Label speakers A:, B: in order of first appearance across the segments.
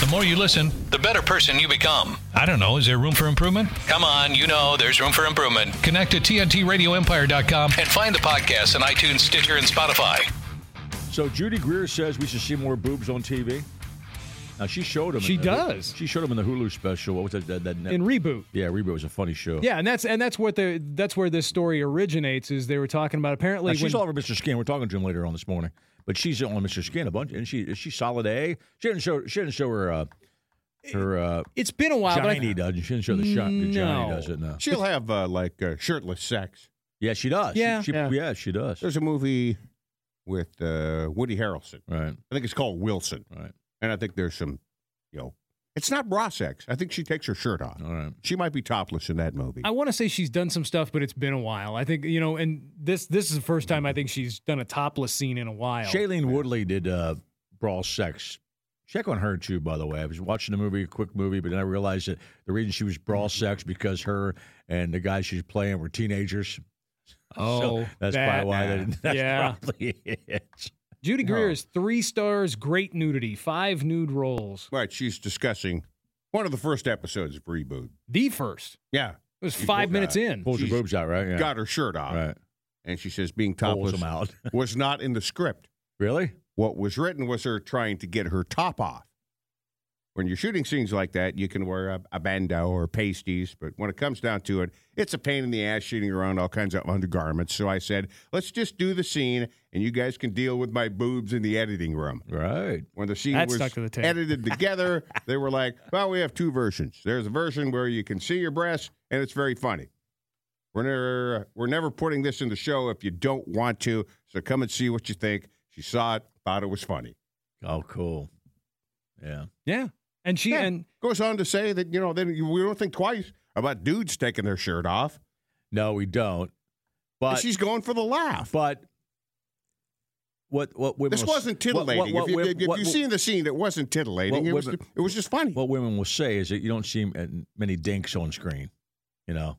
A: The more you listen,
B: the better person you become.
A: I don't know, is there room for improvement?
B: Come on, you know there's room for improvement.
A: Connect to TNTRadioEmpire.com.
B: And find the podcast on iTunes, Stitcher, and Spotify.
C: So Judy Greer says we should see more boobs on TV. Now she showed them.
D: She
C: in the-
D: does.
C: She showed them in the Hulu special. What was that? that, that net-
D: in reboot.
C: yeah, Reboot was a funny show.
D: Yeah, and that's and that's what the that's where this story originates. Is they were talking about apparently
C: Now, she's
D: when-
C: all over Mr. Skin. We're talking to him later on this morning, but she's on Mr. Skin a bunch, and she is she solid A. She didn't show. She didn't show her. Uh, her uh,
D: it's been a while. but I-
C: Johnny does. She didn't show the shot. that Johnny
D: No.
C: does it now.
E: She'll have uh, like uh, shirtless sex.
C: Yeah, she does. She-
D: Yeah.
C: she, yeah.
E: Yeah.
C: she does.
E: There's a movie with uh, Woody Harrelson.
C: Right,
E: I think it's called Wilson,
C: right,
E: and I think there's some, you know, it's not bra sex. I think she takes her shirt off.
C: all right.
E: She might be topless in that movie.
D: I want to say she's done some stuff, but it's been a while. I think you know, and this this is the first time I think she's done a topless scene in a while.
C: Shailene Woodley did uh, Brawl Sex. Check on her too, by the way. I was watching the movie, a quick movie, but then I realized that the reason she was Brawl Sex because her and the guy she's playing were teenagers.
D: oh,
C: so that's
D: that-
C: probably why. They didn't, that's
D: yeah.
C: probably it.
D: Judy Greer is three stars, great nudity, five nude roles,
E: right, she's discussing one of the first episodes of Reboot.
D: the first.
E: Yeah,
D: It was
E: She
D: five
E: pulled
D: minutes
E: that.
D: in.
C: Pulls your
E: She's
C: boobs out, right? Yeah.
E: got her shirt off,
C: Right.
E: and she says being
C: Pulls
E: topless
C: them out.
E: was not in the script.
C: really?
E: What was written was her trying to get her top off. When you're shooting scenes like that, you can wear a, a bandeau or pasties, but when it comes down to it, it's a pain in the ass shooting around all kinds of undergarments. So I said, let's just do the scene, and you guys can deal with my boobs in the editing room.
C: Right.
E: When the scene
D: That
E: was
D: stuck to the tape.
E: edited together, they were like, well, we have two versions. There's a version where you can see your breasts, and it's very funny. We're never, we're never putting this in the show if you don't want to, so come and see what you think. She saw it, thought it was funny.
C: Oh, cool. Yeah.
D: yeah, and she
E: Yeah.
D: and
E: Goes on to say that, you know, then you- we don't think twice about dudes taking their shirt off.
C: No, we don't.
E: And
C: But
E: she's going for the laugh.
C: but what what women
E: This
C: will s-
E: wasn't
C: what- what-
E: titillating.
C: what
E: if you,
C: wom-
E: if, if
C: what-
E: you've seen the scene, it wasn't titillating.
C: What
E: it, was,
C: women-
E: it was just funny.
C: what women will say is that you don't see uh, many dinks on screen. You know,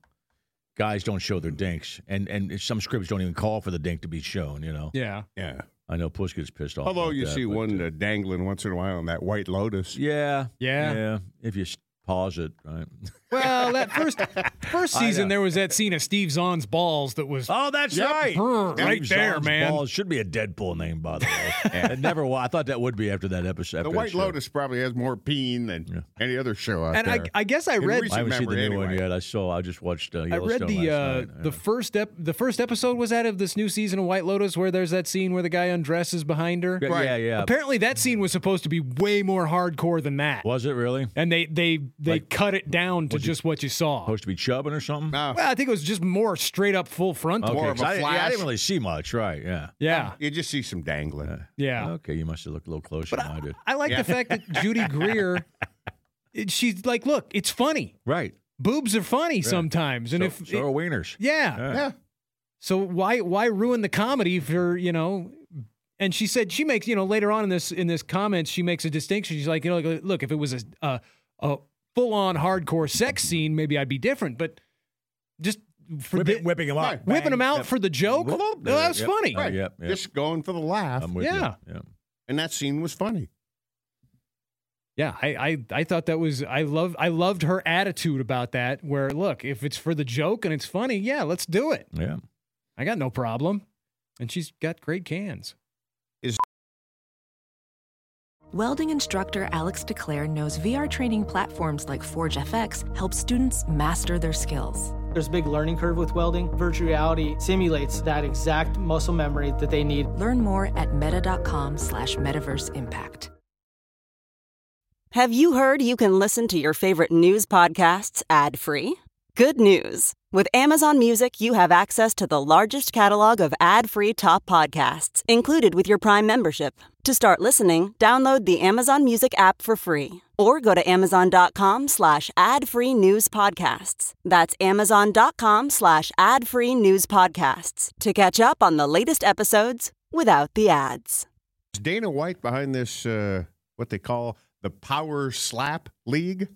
C: guys don't show their dinks, and and some scripts don't even call for the dink to be shown. You know,
D: yeah,
E: yeah.
C: I know Puss gets pissed off.
E: Although
C: about
E: you
C: that,
E: see
C: but,
E: one
C: uh,
E: uh, dangling once in a while on that white lotus.
C: yeah,
D: Yeah.
C: yeah. If you s- pause it, right?
D: Well, that first first
C: I
D: season
C: know.
D: there was that scene of Steve zahn's balls that was
C: oh, that's right.
D: brr, right
C: Dave
D: there,
C: Zahn's
D: man.
C: balls should be a Deadpool name, by the way. It never. wa- I thought that would be after that episode.
E: The
C: after that
E: White
C: show.
E: Lotus probably has more peen than any other show out
D: And I,
E: there.
D: I guess I
E: In
D: read
C: I
E: recent
C: haven't seen the new
E: memory,
C: one
E: anyway.
C: yet. I saw. I just watched. Uh,
D: I read
C: Yellowstone
D: the uh,
C: last night.
D: the
C: Yeah.
D: first ep- the first episode was out of this new season of White Lotus where there's that scene where the guy undresses behind her.
C: Yeah, yeah, yeah.
D: Apparently that scene was supposed to be way more hardcore than that.
C: Was it really
D: And they they they cut it down to just what you saw.
C: supposed to be chubbing or something?
E: No.
D: well, I think it was just more straight up full frontal.
C: Okay,
E: More of
C: 'cause
E: a
C: I, yeah, I
E: flash.
C: didn't really see much, right? Yeah.
D: Yeah.
E: you just see some dangling.
D: Yeah.
C: Okay, you must have looked a little closer than I, did.
D: I like the fact that Judy Greer it- she's like, "Look, it's funny.
C: Right.
D: Boobs are funny sometimes." And
C: so,
D: if
C: so
D: it-
C: are wieners.
D: yeah.
E: yeah.
D: So why why ruin the comedy for you know? And she said she makes you know later on in this in this comments she makes a distinction. She's like you know like, look if it was a a, a full on hardcore sex scene maybe I'd be different, but just for
C: Whipping,
D: the-
C: whipping them out.
E: Right.
D: whipping them out for the joke.
C: Whoop,
D: Well,
C: whoop.
D: that was
C: Yep.
D: funny.
C: Right.
E: Right.
C: Yep, yep.
E: Just going for the laugh.
C: I'm with
D: Yeah.
C: you. Yeah.
E: and that scene was funny.
D: Yeah, I, I I thought that was I love I loved her attitude about that. Where look if it's for the joke and it's funny, yeah, let's do it.
C: Yeah.
D: I got no problem. And she's got great cans.
F: Welding instructor Alex DeClaire knows VR training platforms like Forge FX help students master their skills.
G: There's a big learning curve with welding. Virtual reality simulates that exact muscle memory that they need.
F: Learn more at meta.com slash metaverse impact.
H: Have you heard you can listen to your favorite news podcasts ad free? Good news! With Amazon Music, you have access to the largest catalog of ad free top podcasts included with your Prime membership. To start listening, download the Amazon Music app for free or go to amazon.com slash ad free news podcasts. That's amazon.com slash ad free news podcasts to catch up on the latest episodes without the ads.
E: Is Dana White behind this, uh, what they call the Power Slap League?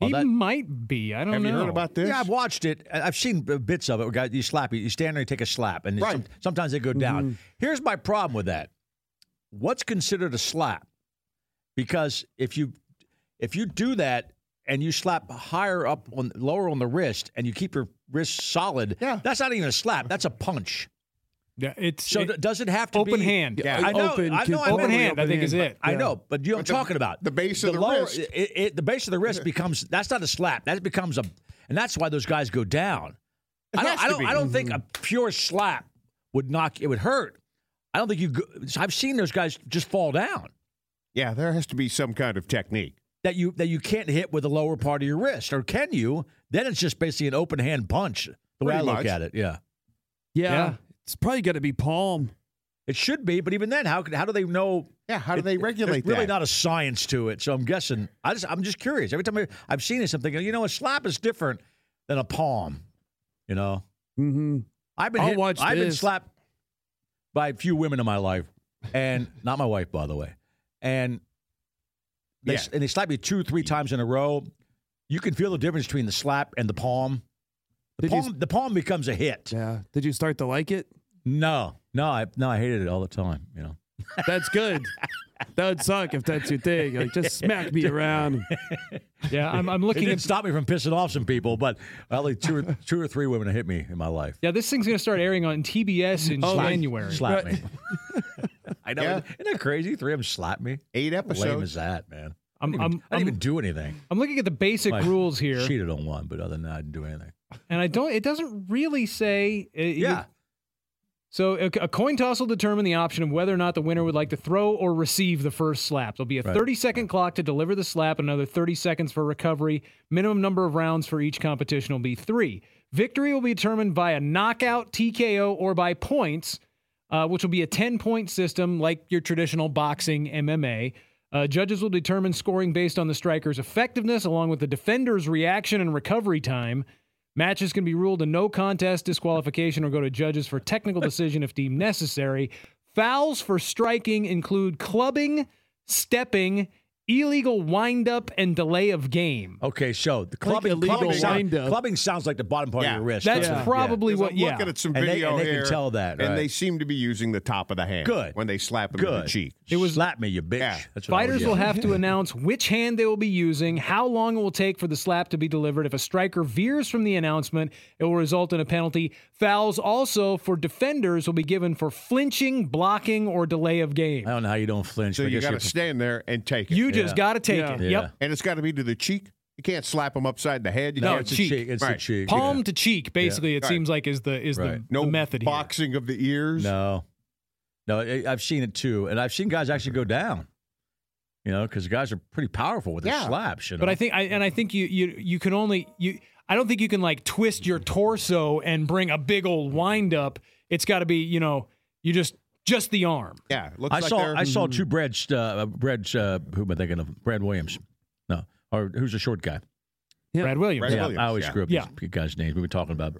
D: He
C: that-
D: might be. I don't
E: Have
D: know.
E: you heard about this?
C: Yeah, I've watched it. I- I've seen b- bits of it. We got you slap. You you stand there, you take a slap, and
E: Right. Mm-hmm.
C: some- sometimes they go down. Here's my problem with that: what's considered a slap? Because if you if you do that and you slap higher up on lower on the wrist, and you keep your wrist solid,
E: Yeah.
C: that's not even a slap. That's a punch.
D: Yeah, it's
C: So
D: it-
C: th- does it have to
D: open
C: be
D: hand.
E: Yeah.
C: I know.
I: Open
C: I
I: con-
C: know. I
D: open
C: meant-
D: hand, I think is it.
C: I
I: Yeah.
C: know, but you know what
E: the-
C: I'm talking about.
E: the base of the wrist.
C: It, it, the base of the wrist becomes that's not a slap. That becomes a, and that's why those guys go down. I
E: has
C: don't.
E: to
C: I don't.
E: be. Mm-hmm.
C: I don't think a pure slap would knock. It would hurt. I don't think you. Go, I've seen those guys just fall down.
E: Yeah, there has to be some kind of technique.
C: That you that you can't hit with the lower part of your wrist, or can you? Then it's just basically an open hand punch. The way I
E: Pretty
C: look
E: much.
C: at it, yeah,
I: Yeah.
D: Yeah.
I: It's probably got to be palm.
C: it should be. But even then, how could how do they know
E: Yeah, how do
C: It-
E: they
C: it-
E: regulate
C: There's really
E: that?
C: not a science to it, so I'm guessing. I just, I'm just curious. Every time I, I've seen this, I'm thinking, you know, a slap is different than a palm. You know,
I: Mm-hmm.
C: I've been
I: I'll
C: hit-
I: watch
C: I've been
I: this.
C: slapped by a few women in my life, and not my wife, by the way. And they,
E: Yeah.
C: and they slap you two, three times in a row. You can feel the difference between the slap and the palm. The
I: Did you-
C: palm, the palm becomes a hit.
I: Yeah. Did you start to like it?
C: No, no, I, no, I hated it all the time. You know.
I: That's good. that would suck if that's your thing. Like, just smack me around.
D: yeah. I'm, I'm
C: It
D: looking
C: didn't
D: at
C: stop me from pissing off some people, but only two or, two or three women hit me in my life.
D: yeah. This thing's gonna start airing on TBS in
I: Oh,
D: January.
C: Slap me. I know.
E: Yeah.
C: Isn't that crazy? Three of them slapped me.
E: Eight
C: Lame as
E: episodes.
C: that, man. I
D: I'm
C: didn't even,
D: I'm,
C: I didn't
D: I'm,
C: even do anything.
D: I'm looking at the basic
C: Like,
D: rules here,
C: Cheated on one, but other than that, I didn't do anything.
D: and I don't. It doesn't really say. uh, it-
C: Yeah.
D: So a, a coin toss will determine the option of whether or not the winner would like to throw or receive the first slap. There'll be a
C: Right.
D: 30 second clock to deliver the slap, another 30 seconds for recovery. Minimum number of rounds for each competition will be three. Victory will be determined by a knockout, TKO, or by points, uh, which will be a 10 point system like your traditional boxing MMA. Uh, judges will determine scoring based on the striker's effectiveness, along with the defender's reaction and recovery time. Matches can be ruled a no contest, disqualification, or go to judges for technical decision if deemed necessary. Fouls for striking include clubbing, stepping, illegal windup, and delay of game.
C: Okay, so the clubbing,
I: illegal
C: clubbing, sound-
I: windup.
C: clubbing sounds like the bottom part
E: Yeah.
C: of your wrist.
D: That's
C: doesn't it?
D: probably
E: Because
D: what.
E: I'm
D: Yeah.
E: looking at some
C: And they-
E: video
C: and they can
E: here,
C: tell that,
E: and
C: right.
E: they seem to be using the top of the hand.
C: Good.
E: when they slap them in the
C: Good.
E: cheek.
C: It
D: It
C: was
D: was-
C: slap me, you bitch.
E: Yeah.
C: That's what I would
D: Fighters
C: get.
D: will have to announce which hand they will be using, how long it will take for the slap to be delivered. If a striker veers from the announcement, it will result in a penalty. Fouls also for defenders will be given for flinching, blocking, or delay of game.
C: I don't know how you don't flinch.
E: So
C: but I
E: you
C: guess
E: got to
C: you're-
E: stand there and take it.
D: You just got to take
I: Yeah.
D: it.
C: Yeah.
D: Yep.
E: and it's got to be to the cheek. You can't slap them upside the head. You
C: No,
E: can't-
C: it's a
D: cheek.
C: cheek. It's a
E: Right.
C: cheek.
D: palm to cheek basically it
E: Right.
D: seems like is the is
C: Right.
D: the,
E: no
D: the method here.
E: boxing of the ears.
C: No, no, I, I've seen it too, and I've seen guys actually go down. You know, because guys are pretty powerful with their
E: Yeah.
C: slaps. You know?
D: but i think I, and i think you you you can only you i don't think you can like twist your torso and bring a big old wind up it's got to be you know you just just the arm
E: Yeah, it looks
C: I
E: like
C: saw
E: they're-
C: I saw two Brad uh, uh, Brad uh, who am I thinking of Brad Williams no or who's the short guy
I: Yeah.
D: brad williams
E: Brad
C: yeah
E: Williams,
C: I always
E: yeah.
C: screw up
D: Yeah.
C: these guys names we've been talking about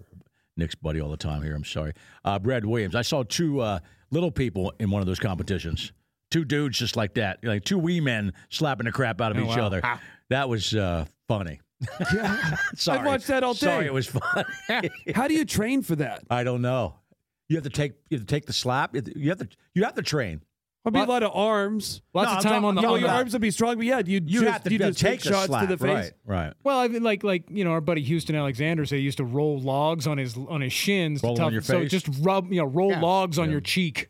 C: Nick's buddy all the time here I'm sorry uh, Brad Williams I saw two uh, little people in one of those competitions two dudes just like that like two wee men slapping the crap out of
D: Oh,
C: each
D: wow.
C: other that was uh, funny sorry
I: I've watched that all day.
C: sorry it was fun
I: How do you train for that?
C: I don't know you have to take you have to take the slap you have to you have to train
I: I'd be a
D: But-
I: lot of arms.
D: lots
C: No,
D: of
C: I'm
D: time
C: talking-
D: on the,
C: no,
I: Well,
D: on
I: your
D: the-
C: not-
I: arms would be strong, but yeah, you,
C: you
I: just,
C: have to
I: you just
C: take the
I: shots
C: slap
I: to the face.
C: right right
D: well i mean like like you know our buddy houston alexander said he used to roll logs on his on his shins
C: Roll
D: to
C: them on
D: toughen,
C: your
D: so
C: face?
D: just rub you know roll logs on your cheek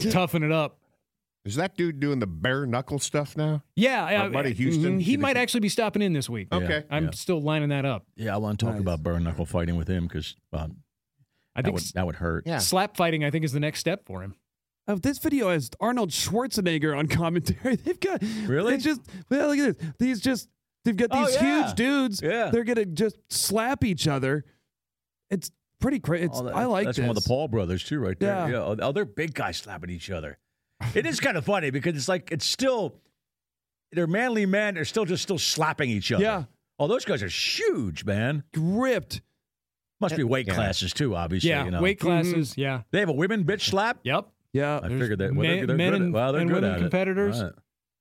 D: to toughen it up
E: Is that dude doing the bare knuckle stuff now?
D: yeah
E: Our
D: uh,
E: buddy Houston.
D: he might actually be stopping in this week
E: Okay.
D: i'm
C: yeah.
D: still lining that up
C: Yeah, I want to talk about bare knuckle fighting with him because um,
D: i
C: that
D: think
C: would that would hurt.
E: Yeah.
D: slap fighting i think is the next step for him
I: Oh, this video has Arnold Schwarzenegger on commentary. They've got
C: Really?
I: It's just well, look at this. These just they've got
C: Oh,
I: these
C: yeah.
I: huge dudes.
C: Yeah.
I: they're gonna just slap each other. It's pretty crazy. It's
C: Oh, that-
I: I like
C: that's
I: this.
C: one of the Paul brothers too, right there.
I: Yeah.
C: Yeah. Oh, oh, they're big guys slapping each other. It is kind of funny because it's like it's still they're manly men. They're still just still slapping each other.
I: Yeah.
C: Oh, those guys are huge, man.
I: ripped.
C: Must be weight
E: Yeah.
C: classes too, obviously.
D: yeah,
C: you know. Mm-hmm.
D: weight
I: Mm-hmm.
D: classes. Yeah.
C: They have a women bitch slap.
D: Yep.
I: Yeah,
C: I
D: There's
C: figured that. Well,
D: men-
C: they're, they're
D: men
C: good at,
D: and-
C: well, they're
D: and
C: good
D: women
C: at it.
D: competitors.
C: All right.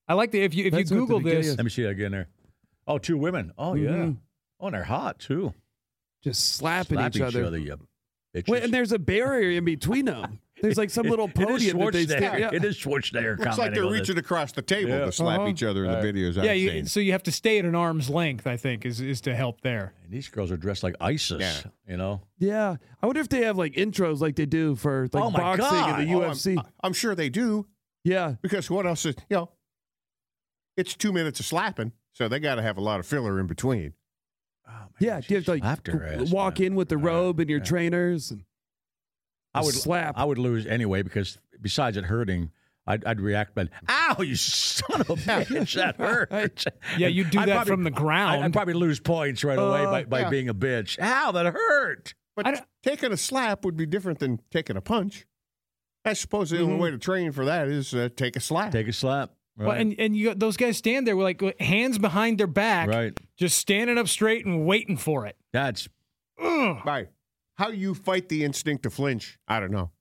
D: I like the if you if
I: That's
D: you
I: what the
D: Google
I: beginning
D: this,
I: is.
C: Let me see that again there. Oh, two women. Oh yeah.
I: Mhm.
C: Oh, and they're hot too.
I: just slapping
C: Slap
I: each, other.
C: you bitches.
I: Wait, and there's a barrier in between them. There's like some little
C: it is
I: podium that they
C: Schwarzenegger.
I: stand. Yeah.
C: It is Schwarzenegger.
E: Looks like
C: commenting
E: they're
C: on this.
E: reaching across the table
C: Yeah.
E: to slap
D: Uh-huh.
E: each other in
C: All
E: the
C: right.
E: videos
D: yeah.
E: I've
D: You,
E: seen.
D: so you have to stay at an arm's length. I think is is to help there.
C: And these girls are dressed like ISIS,
E: Yeah.
C: you know?
I: Yeah. I wonder if they have like intros like they do for like
C: Oh my
I: boxing and the
C: God.
E: Oh, I'm-
I: UFC.
E: I'm sure they do.
I: yeah.
E: Because what else is you know? It's two minutes of slapping, so they got to have a lot of filler in between.
D: Oh,
I: Yeah. Do you have to like
C: Slapped her
I: w-
C: ass,
I: walk
C: man.
I: in with the
C: Yeah,
I: robe and your
C: yeah.
I: trainers? And
C: I would
I: slap.
C: I would lose anyway because besides it hurting, I'd, I'd react by, "Ow, you son of a bitch, that hurts."
D: Yeah, you do
C: I'd
D: that from the
C: I'd, I'd
D: ground.
C: probably lose points right away by,
I: Uh,
C: by
E: yeah.
C: being a bitch. Ow, that hurt.
D: I
E: But
D: don't-
E: taking a slap would be different than taking a punch. I suppose the
D: Mm-hmm.
E: only way to train for that is uh, take a slap.
C: Take a slap. Right.
D: Well, and and you those guys stand there with like with hands behind their back,
C: Right.
D: Just standing up straight and waiting for it.
C: That's
E: Right. How you fight the instinct to flinch? I don't know.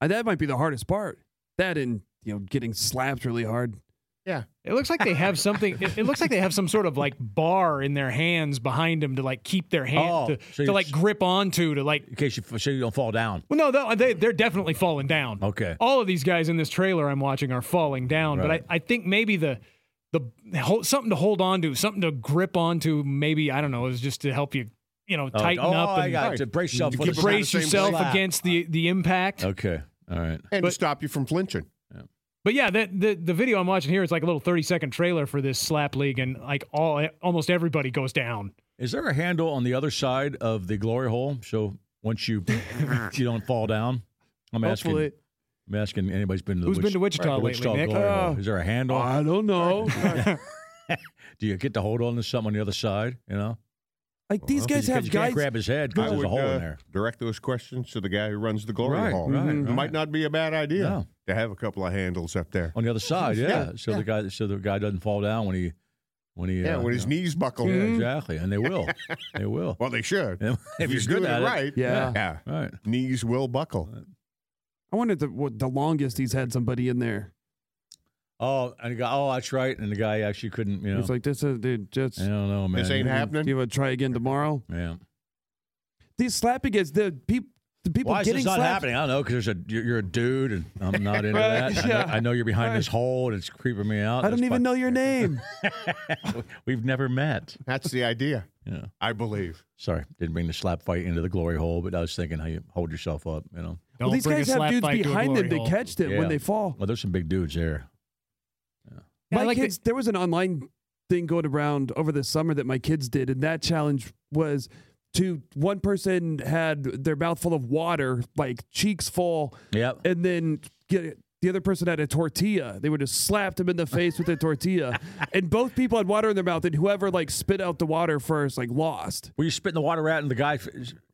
I: Uh, that might be the hardest part. That and, you know, getting slapped really hard.
E: Yeah.
D: It looks like they have something. It, it looks like they have some sort of like bar in their hands behind them to like keep their hand
C: Oh,
D: to,
C: so
D: to
C: you-
D: like grip onto to like.
C: in case you f- so you don't fall down.
D: Well, no, though, they they're definitely falling down.
C: Okay.
D: All of these guys in this trailer I'm watching are falling down,
C: Right.
D: but I, I think maybe the the ho- something to hold on to, something to grip onto. Maybe I don't know. Is just to help you, you know,
C: Oh,
D: tighten
C: oh,
D: up
C: I
D: and
C: got it. To brace yourself.
E: You
C: for
E: keep
C: the-
E: around
D: brace
E: the same
D: yourself
C: slap.
D: against the the impact.
C: Okay. All right.
E: And
D: But-
E: stop you from flinching.
D: But yeah, the, the the video I'm watching here is like a little 30 second trailer for this slap league, and like all almost everybody goes down.
C: Is there a handle on the other side of the glory hole? So once you you don't fall down. I'm
I: Hopefully.
C: asking. I'm asking anybody's been to the
D: Who's been to Wichita
C: the
D: lately, Nick?
C: glory hole.
I: Oh.
C: Is there a handle?
I: I don't know.
C: Do you get to hold on to something on the other side? You know,
I: like
C: 'Cause
I: these guys
C: you, 'cause
I: have
C: you
I: guys.
C: can't grab his head
E: I
C: because there's
E: would,
C: a hole
E: uh,
C: in there.
E: Direct those questions to the guy who runs the glory
C: Right,
E: hall.
C: right,
E: It
C: right.
E: might not be a bad idea
C: No. Oh,
E: to have a couple of handles up there.
C: On the other side, yeah.
E: Yeah,
C: so the guy, so the guy doesn't fall down when he, when he,
E: yeah,
C: uh,
E: when his
C: you
E: knees buckle.
C: know. Yeah, exactly, and they will, they will.
E: Well, they should.
C: If
E: If
C: you're
E: he's
C: good
E: doing
C: at
E: it
C: it.
E: right,
I: Yeah.
E: yeah,
C: Right.
E: knees will buckle.
I: I wonder the, what the longest he's had somebody in there.
C: Oh, and the guy, oh, that's right. And the guy actually couldn't, you know.
I: It's like this is dude, just
C: I don't know, man.
E: This ain't happening.
I: you want to try again tomorrow.
C: Yeah.
I: These slapping gets the people the people
C: Why is
I: getting
C: this not
I: slapped.
C: happening? I don't know because there's a you're, you're a dude and I'm not into
I: Right,
C: that. I, know,
I: yeah.
C: I know you're behind this
I: Right.
C: hole and it's creeping me out.
I: I don't even know your name.
C: know. We've never met.
E: That's the idea,
C: Yeah.
E: I believe.
C: Sorry, didn't bring the slap fight into the glory hole, but I was thinking how you hold yourself up. You know.
I: Well, these
D: bring a
I: guys have
D: slap
I: dudes
D: fight to a
I: behind them
D: glory
I: to
D: hole.
I: catch them
C: Yeah.
I: when they fall.
C: Well, there's some big dudes there.
D: Yeah, I
I: my
D: like
I: kids, there was an online thing going around over the summer that my kids did, and that challenge was to one person had their mouth full of water, like cheeks full,
C: Yep.
I: and then get the other person had a tortilla. They would just slapped him in the face with a tortilla, and both people had water in their mouth, and whoever like spit out the water first, like lost.
C: Were you spitting the water out and the guy?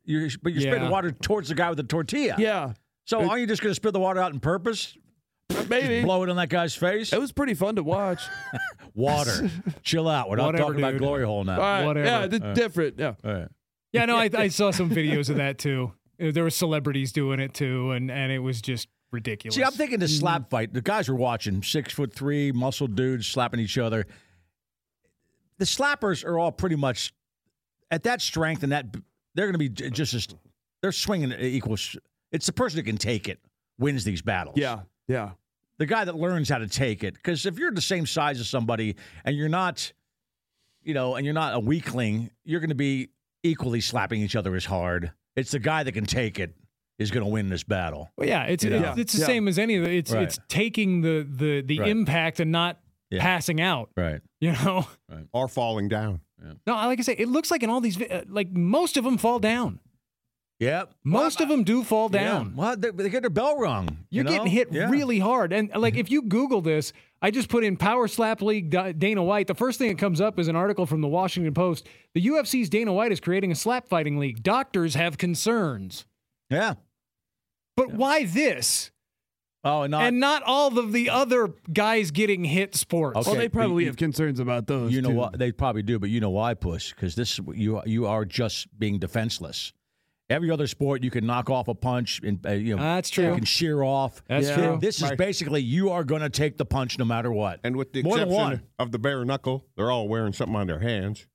C: You're, but you're spitting
D: Yeah.
C: the water towards the guy with the tortilla.
I: Yeah,
C: So aren't you just going to spit the water out on purpose?
I: maybe
C: Blow it on that guy's face?
I: it was pretty fun to watch.
C: Water. Chill out. We're not
D: Whatever,
C: talking about
D: dude.
C: glory hole now.
I: All right,
D: Whatever.
I: yeah, it's different. Yeah,
C: All right.
D: Yeah, no, I, I saw some videos of that too. There were celebrities doing it too, and and it was just ridiculous.
C: See, I'm thinking the slap fight. The guys were watching six foot three muscle dudes slapping each other. The slappers are all pretty much at that strength and that they're going to be j- just as they're swinging at equal. s- It's the person who can take it wins these battles.
I: yeah, yeah.
C: the guy that learns how to take it. Because if you're the same size as somebody and you're not, you know, and you're not a weakling, you're going to be equally slapping each other as hard. It's the guy that can take it is going to win this battle.
D: Well, yeah, it's
C: You
D: it's,
I: know.
D: it's the
I: Yeah.
D: same as any of the. It's
C: Right.
D: it's taking the the the
C: Right.
D: impact and not
C: Yeah.
D: passing out.
C: Right.
D: You know,
E: Or falling down.
D: no, like I say, it looks like in all these vi- uh, like most of them fall down.
C: Yep.
D: Most of them do fall down.
C: Yeah. Well, they, they get their bell rung. you
D: You're
C: know?
D: getting hit
C: Yeah. Mm-hmm.
D: really hard. And like if you Google this, I just put in Power Slap League Da- Dana White. The first thing that comes up is an article from the Washington Post. The UFC's Dana White is creating a slap fighting league. Doctors have concerns.
C: Yeah.
D: But why this?
C: Oh, and not.
D: and not all of the other guys getting hit sports.
C: Okay.
I: Well, they
C: but
I: probably
C: you-
I: have concerns about those.
C: you know
I: too.
C: what they probably do, but you know why push because this you you are just being defenseless. Every other sport you can knock off a punch and uh, you know
D: Ah, That's
C: you
D: true.
C: can shear off.
D: That's
C: Th-
D: true.
C: This is
E: Right.
C: basically you are going to take the punch no matter what.
E: And with the
C: More than
E: exception
C: one.
E: of the bare knuckle, they're all wearing something on their hands.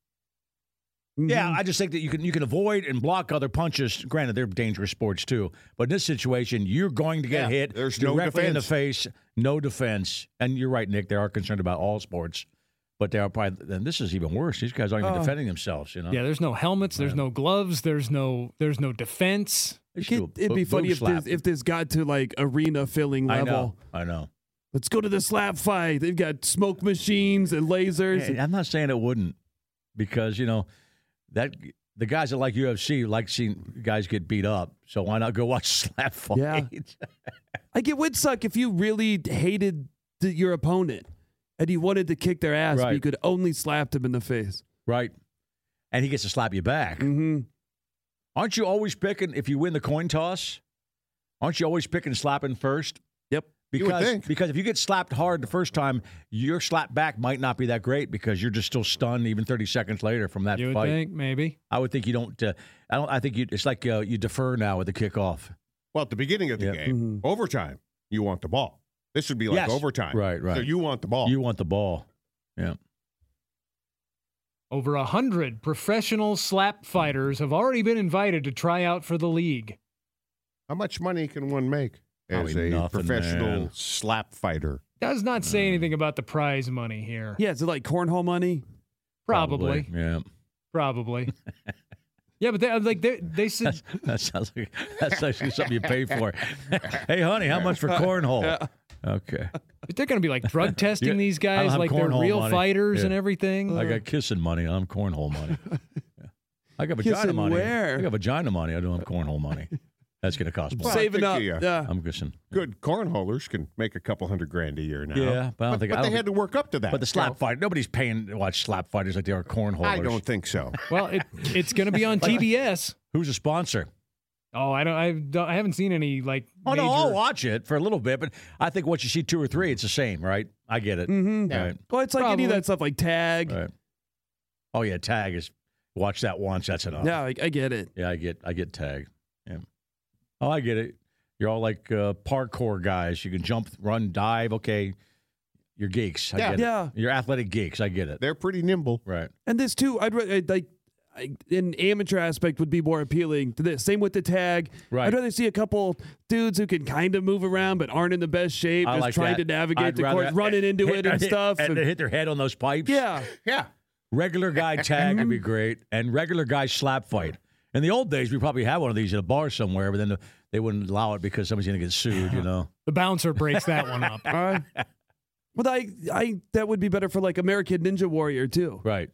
I: Mm-hmm.
C: Yeah, I just think that you can you can avoid and block other punches. Granted, they're dangerous sports too, but in this situation, you're going to get
E: Yeah,
C: hit
E: there's no
C: directly in the face, no defense. And you're right, Nick. They are concerned about all sports, but they are probably. And this is even worse. These guys aren't
I: Oh.
C: even defending themselves. You know,
D: Yeah, there's no helmets, there's no gloves, there's no there's no defense.
C: They should
I: It'd,
C: do a
I: it'd be
C: bo-
I: funny
C: boob
I: if this,
C: slap.
I: if this got to like arena filling
C: I
I: level.
C: know, I know.
I: Let's go to the slap fight. They've got smoke machines and lasers.
C: Yeah, I'm not saying it wouldn't, because you know that the guys that like UFC like seeing guys get beat up. So why not go watch slap fight?
I: Yeah. I get would suck if you really hated the, your opponent and you wanted to kick their ass, but
C: Right.
I: you could only slap them in the face.
C: right. And he gets to slap you back.
I: Mm-hmm.
C: Aren't you always picking if you win the coin toss? Aren't you always picking slapping first?
I: Yep.
E: You would
C: Because
E: think.
C: because if you get slapped hard the first time, your slap back might not be that great because you're just still stunned even 30 seconds later from that
D: you would
C: fight.
D: think maybe.
C: I would think you don't. Uh, I don't. I think you. It's like uh, you defer now with the kickoff.
E: Well, at the beginning of the
C: Yeah. Mm-hmm.
E: game, overtime, you want the ball. This would be like
C: Yes.
E: overtime.
C: Right, right.
E: So you want the ball.
C: You want the ball. Yeah.
D: Over a hundred professional slap fighters have already been invited to try out for the league.
E: How much money can one make as
C: Probably
E: a
C: nothing,
E: professional
C: man.
E: slap fighter?
D: Does not
C: Mm.
D: say anything about the prize money here.
I: Yeah, is it like cornhole money?
D: probably,
C: Yeah.
D: probably. yeah, but they like they they said
C: That sounds like that's actually something you pay for. hey, honey, how much for cornhole? Okay.
D: they're going to be like drug testing
C: Yeah,
D: these guys
C: I'm
D: like they're
C: cornhole
D: real
C: money.
D: fighters and
C: Yeah.
D: everything.
C: I got kissing money. I'm cornhole money. Yeah. I got vagina
I: Kissing
C: money.
I: where?
C: I got vagina money. I don't have cornhole money. That's gonna cost more.
E: Well, I
I: Saving
E: think
I: up.
E: the, uh,
I: yeah.
C: I'm guessing.
E: Good cornholers can make a couple hundred grand a year now.
C: Yeah, but I don't think-
E: but
C: I don't
E: they had to
C: think-
E: work up to that.
C: But the slap fight, nobody's paying to watch slap fighters like they are cornholers.
E: I don't think so.
D: Well, it, it's going to be on TBS.
C: Who's a sponsor?
D: Oh, I don't I, don't, I haven't seen any like
C: Oh no, I'll
D: major-
C: watch it for a little bit, but I think once you see two or three, it's the same, right? I get it.
I: Mm-hmm.
C: Right.
I: Well, it's like any of
D: Probably.
I: that stuff, like tag.
C: Right. Oh yeah, tag is watch that once. That's enough.
I: Yeah, I, I get it.
C: Yeah, I get I get tagged. Yeah. Oh, I get it. You're all like uh, parkour guys. You can jump, run, dive. Okay, you're geeks. I
E: Yeah.
C: get
I: Yeah.
C: it. You're athletic geeks. I get it.
E: They're pretty nimble.
C: Right.
I: And this too, I'd rather like I, an amateur aspect would be more appealing to this. Same with the tag.
C: Right.
I: I'd rather see a couple dudes who can kind of move around but aren't in the best shape,
C: I
I: just
C: like
I: trying
C: that.
I: to navigate
C: I'd
I: the
C: rather-
I: course, running into
C: hit-
I: it and
C: hit-
I: stuff.
C: and
I: and-
C: hit their head on those pipes.
I: yeah. Mm-hmm.
E: Yeah.
C: Regular guy tag would be great, and regular guy slap fight. In the old days, we probably had one of these at a bar somewhere, but then the, they wouldn't allow it because somebody's going to get sued. You know.
D: The bouncer breaks that one up.
I: Uh, well, I, I that would be better for like American Ninja Warrior too.
C: Right.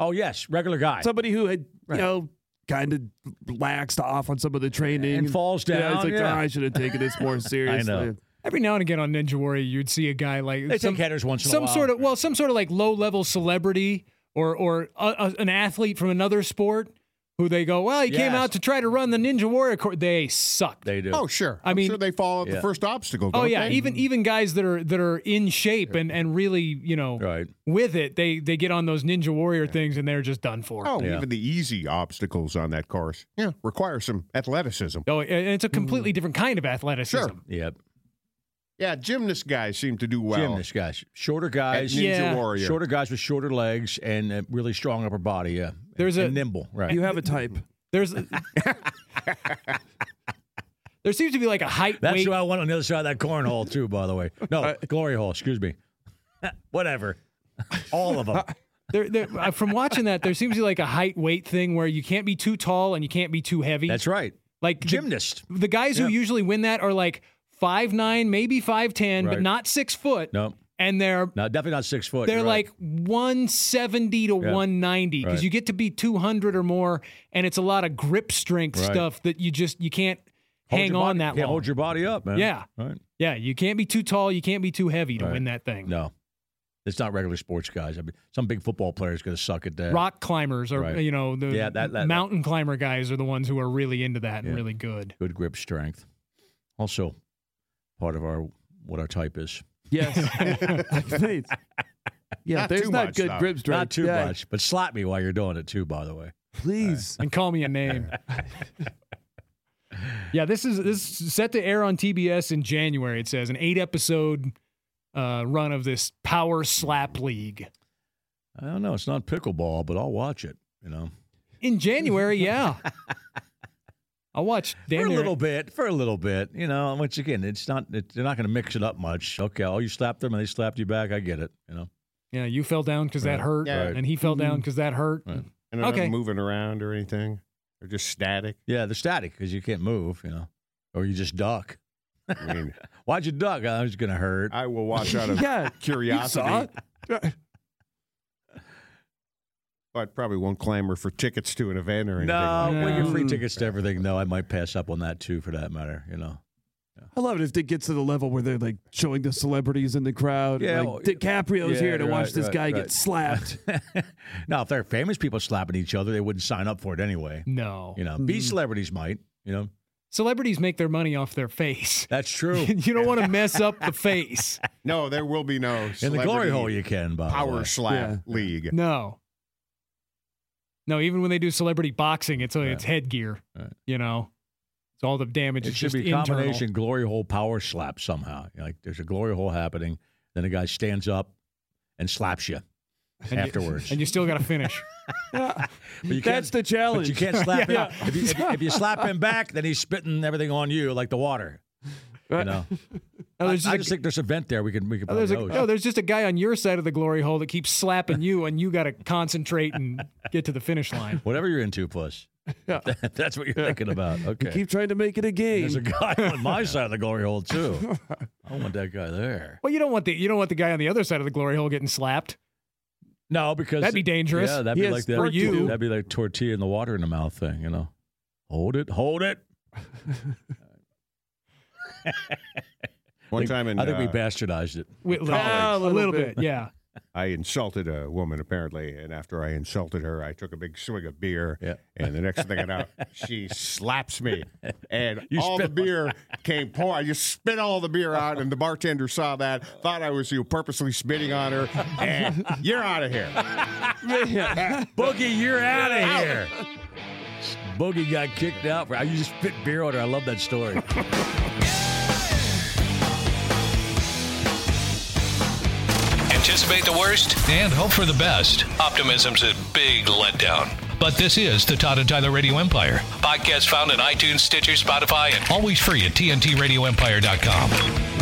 C: Oh yes, regular guy.
I: Somebody who had you know kind of laxed off on some of the training
C: And falls
I: Yeah, it's
C: down,
I: like
C: yeah.
I: "Ah, I should have taken this more seriously.
D: Every now and again on Ninja Warrior, you'd see a guy like
C: They take headers once in a
D: some
C: while.
D: sort of well, some sort of like low level celebrity or or a, a- an athlete from another sport who they go, well, he came
C: Yes.
D: out to try to run the Ninja Warrior course. They suck.
C: They do.
E: Oh, sure.
D: I
E: I'm
D: mean-
E: sure they follow
C: Yeah.
E: the first obstacle.
D: oh
E: don't
D: yeah,
E: they?
C: e-
D: even even guys that are that are in shape and and really you know
C: Right.
D: with it, they they get on those Ninja Warrior things and they're just done for.
E: Oh,
C: Yeah.
E: even the easy obstacles on that course. Yeah, require some athleticism.
D: Oh, and it's a completely
C: Mm.
D: different kind of athleticism.
E: Sure.
C: Yep.
E: Yeah, gymnast guys seem to do well.
C: Gymnast guys, shorter
E: at
C: guys,
E: Ninja
D: Yeah.
E: Warrior.
C: Shorter guys with shorter legs and a really strong upper body. Yeah,
D: There's
C: And
D: a-
C: nimble, right?
I: You have a type.
D: There's there seems to be like a height
C: That's
D: weight
C: who I want on the other side of that cornhole too. By the way, no glory hole. Excuse me. Whatever. All of them.
D: there, there, uh, from watching that, there seems to be like a height weight thing where you can't be too tall and you can't be too heavy.
C: That's right.
D: Like the-
C: Gymnast.
D: The, guys who
C: Yeah.
D: usually win that are like five nine, maybe five ten, but
C: Right.
D: not six foot.
C: No.
D: and they're
C: No, definitely not six foot.
D: they're
C: You're right.
D: like 170 to
C: Yeah.
D: 190 because
C: Right.
D: you get to be 200 or more, and it's a lot of grip strength
C: Right.
D: stuff that you just you can't
C: Hold
D: hang
C: your
D: on
C: body-
D: that
C: can't
D: long.
C: Hold your body up, man.
D: Yeah.
C: Right.
D: yeah, you can't be too tall, you can't be too heavy to
C: Right.
D: win that thing.
C: No, it's not regular sports guys. I mean, some big football player is going to suck at that.
D: Rock climbers or
C: Right.
D: you know the
C: Yeah, that- that-
D: mountain climber guys are the ones who are really into that and really good.
C: Good grip strength. Also, part of our what our type is.
I: Yes. Thanks. yeah,
E: Not
I: there's
E: too
I: not
E: much,
I: good
E: though.
I: grip strength.
C: Not too
I: Yeah,
C: much, but slap me while you're doing it too. By the way,
I: Please.
D: and call me a name. yeah, this is this is set to air on TBS in January. It says an eight episode uh, run of this Power Slap League
C: I don't know. It's not pickleball, but I'll watch it. You know,
D: in January. Yeah, I'll watch. Damn
C: for a
D: near-
C: little bit, for a little bit. You know, and once again, it's not. It, they're not going to mix it up much. Okay, oh, you slapped them and they slapped you back. I get it. You know,
D: Yeah, you fell down because
C: Right.
D: that
C: Mm-hmm.
D: hurt,
E: Yeah.
D: and he fell down because that hurt.
C: Right.
E: And they're
D: Okay.
E: not moving around or anything. They're just static.
C: yeah, they're static because you can't move. You know, or you just duck.
E: I mean,
C: Why'd you duck? I was going to hurt.
E: I will watch out of
I: Yeah. You saw
E: curiosity,
I: it.
E: but probably won't clamor for tickets to an event or anything.
C: No,
E: like
C: when
D: No.
E: that.
C: you're free
I: Mm.
C: tickets to everything, though, I might pass up on that too, for that matter. You know,
I: I love it if it gets to the level where they're like showing the celebrities in the crowd.
C: Yeah,
I: like
C: well,
I: DiCaprio's
C: yeah,
I: here to watch
C: right,
I: this
C: right,
I: guy
C: right.
I: get slapped.
C: now if they're famous people slapping each other, they wouldn't sign up for it anyway.
D: No,
C: You know, B celebrities might. You know,
D: celebrities make their money off their face.
C: that's true.
D: you don't want to mess up the face.
E: No, there will be no
C: In the glory
E: celebrity
C: hole, you uh, can. By the way.
E: power slap league.
D: No. No, even when they do celebrity boxing, it's uh, it's headgear.
C: Right.
D: You know, it's all the damage.
C: It
D: is
C: should
D: just
C: be a
D: internal.
C: combination glory hole power slap somehow. Like there's a glory hole happening, then a guy stands up and slaps you
D: And you-
C: afterwards.
D: and you still got to finish.
C: But you
I: That's
C: can't-
I: the
C: But
I: challenge.
C: you can't slap
I: Yeah.
C: him. If you, if you- if you slap him back, then he's spitting everything on you like the water. You
I: Right.
C: know,
D: No,
C: I,
D: Oh, there's just
C: I
D: a-
C: just think there's a vent there. We can we can
D: no,
C: put
D: there's a- oh,
C: those.
D: no, there's just a guy on your side of the glory hole that keeps slapping you, and you got to concentrate and get to the finish line.
C: Whatever you're into, plus.
I: Yeah.
C: That's what you're thinking about. Okay.
I: Keep trying to make it a game.
C: there's a guy on my side of the glory hole too. I want that guy there.
D: Well, you don't want the you don't want the guy on the other side of the glory hole getting slapped.
C: No, because
D: That'd be dangerous.
C: Yeah, that'd
I: He
C: be
I: has
C: like that.
I: work to do.
C: That'd be like tortilla in the water in the mouth thing. You know, hold it, hold it.
E: One
C: I think-
E: time in
C: I think we
E: uh,
C: bastardized it.
D: With,
I: Ah,
D: a little, bit. yeah.
E: I insulted a woman apparently, and after I insulted her, I took a big swig of beer,
C: Yeah.
E: and the next thing I know, she slaps me, and
C: You
E: all the
C: spit-
E: beer came pouring. I just spit all the beer out, and the bartender saw that, thought I was you purposely spitting on her, and you're out of here.
C: Boogie, you're out of here. Boogie got kicked out. For, I used to spit beer on her. I love that story.
B: Anticipate the worst?
A: and hope for the best.
B: Optimism's a big letdown.
A: But this is the Todd and Tyler Radio Empire,
B: Podcast found in iTunes, Stitcher, Spotify, and
A: always free at TNTRadioEmpire.com.